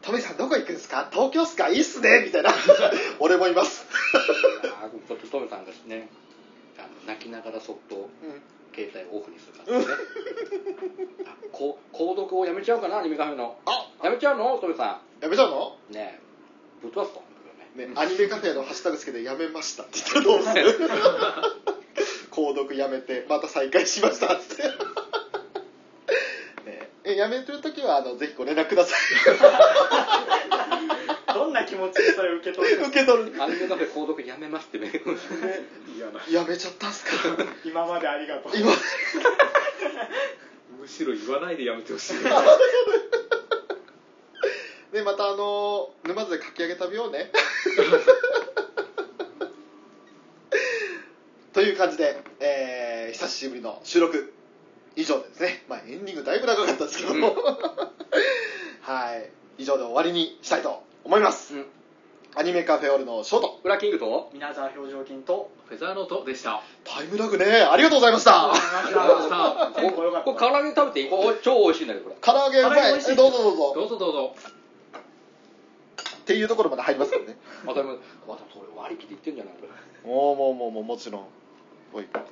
留吉さんどこ行くんですか東京っすかいいっすねみ たいな俺もいます、ああちょっとトムさんがねあの泣きながらそっとうん携帯をオフにするからねあこ購読をやめちゃうかなアニメカフェのあやめちゃうのトムさやめちゃうのんねえぶっ飛ばすと思うけどねね、アニメカフェのハッシュタグつけてやめましたって言ったらどうする 購読やめてまた再開しましたっつってねえやめてる時はあのぜひご連絡くださ どんな気持ちでそれ受け取いる の受け取るアニメカフェ購読やめますってメール嫌なやめちゃったんすか今までありがとう今むしろ言わないでやめてほしいでまたあの沼津で書き上げ旅をね という感じで、えー久しぶりの収録以上ですね、まあ、エンディングだいぶ長かったですけども、 はい以上で終わりにしたいと思います、うんアニメカフェオールのショート裏キングと皆沢表情筋とフェザーノートでしたタイムラグねありがとうございましたさあこ結構良かったこ唐揚げ食べていいここ超美味しいんだけどこれ唐揚げう唐揚まげい美味しいどうぞどうぞどうぞどうぞっていうところまで入りますからねまたまたそれ割り切って言ってんじゃないこれもうもうもうもうもちろんおいおいおい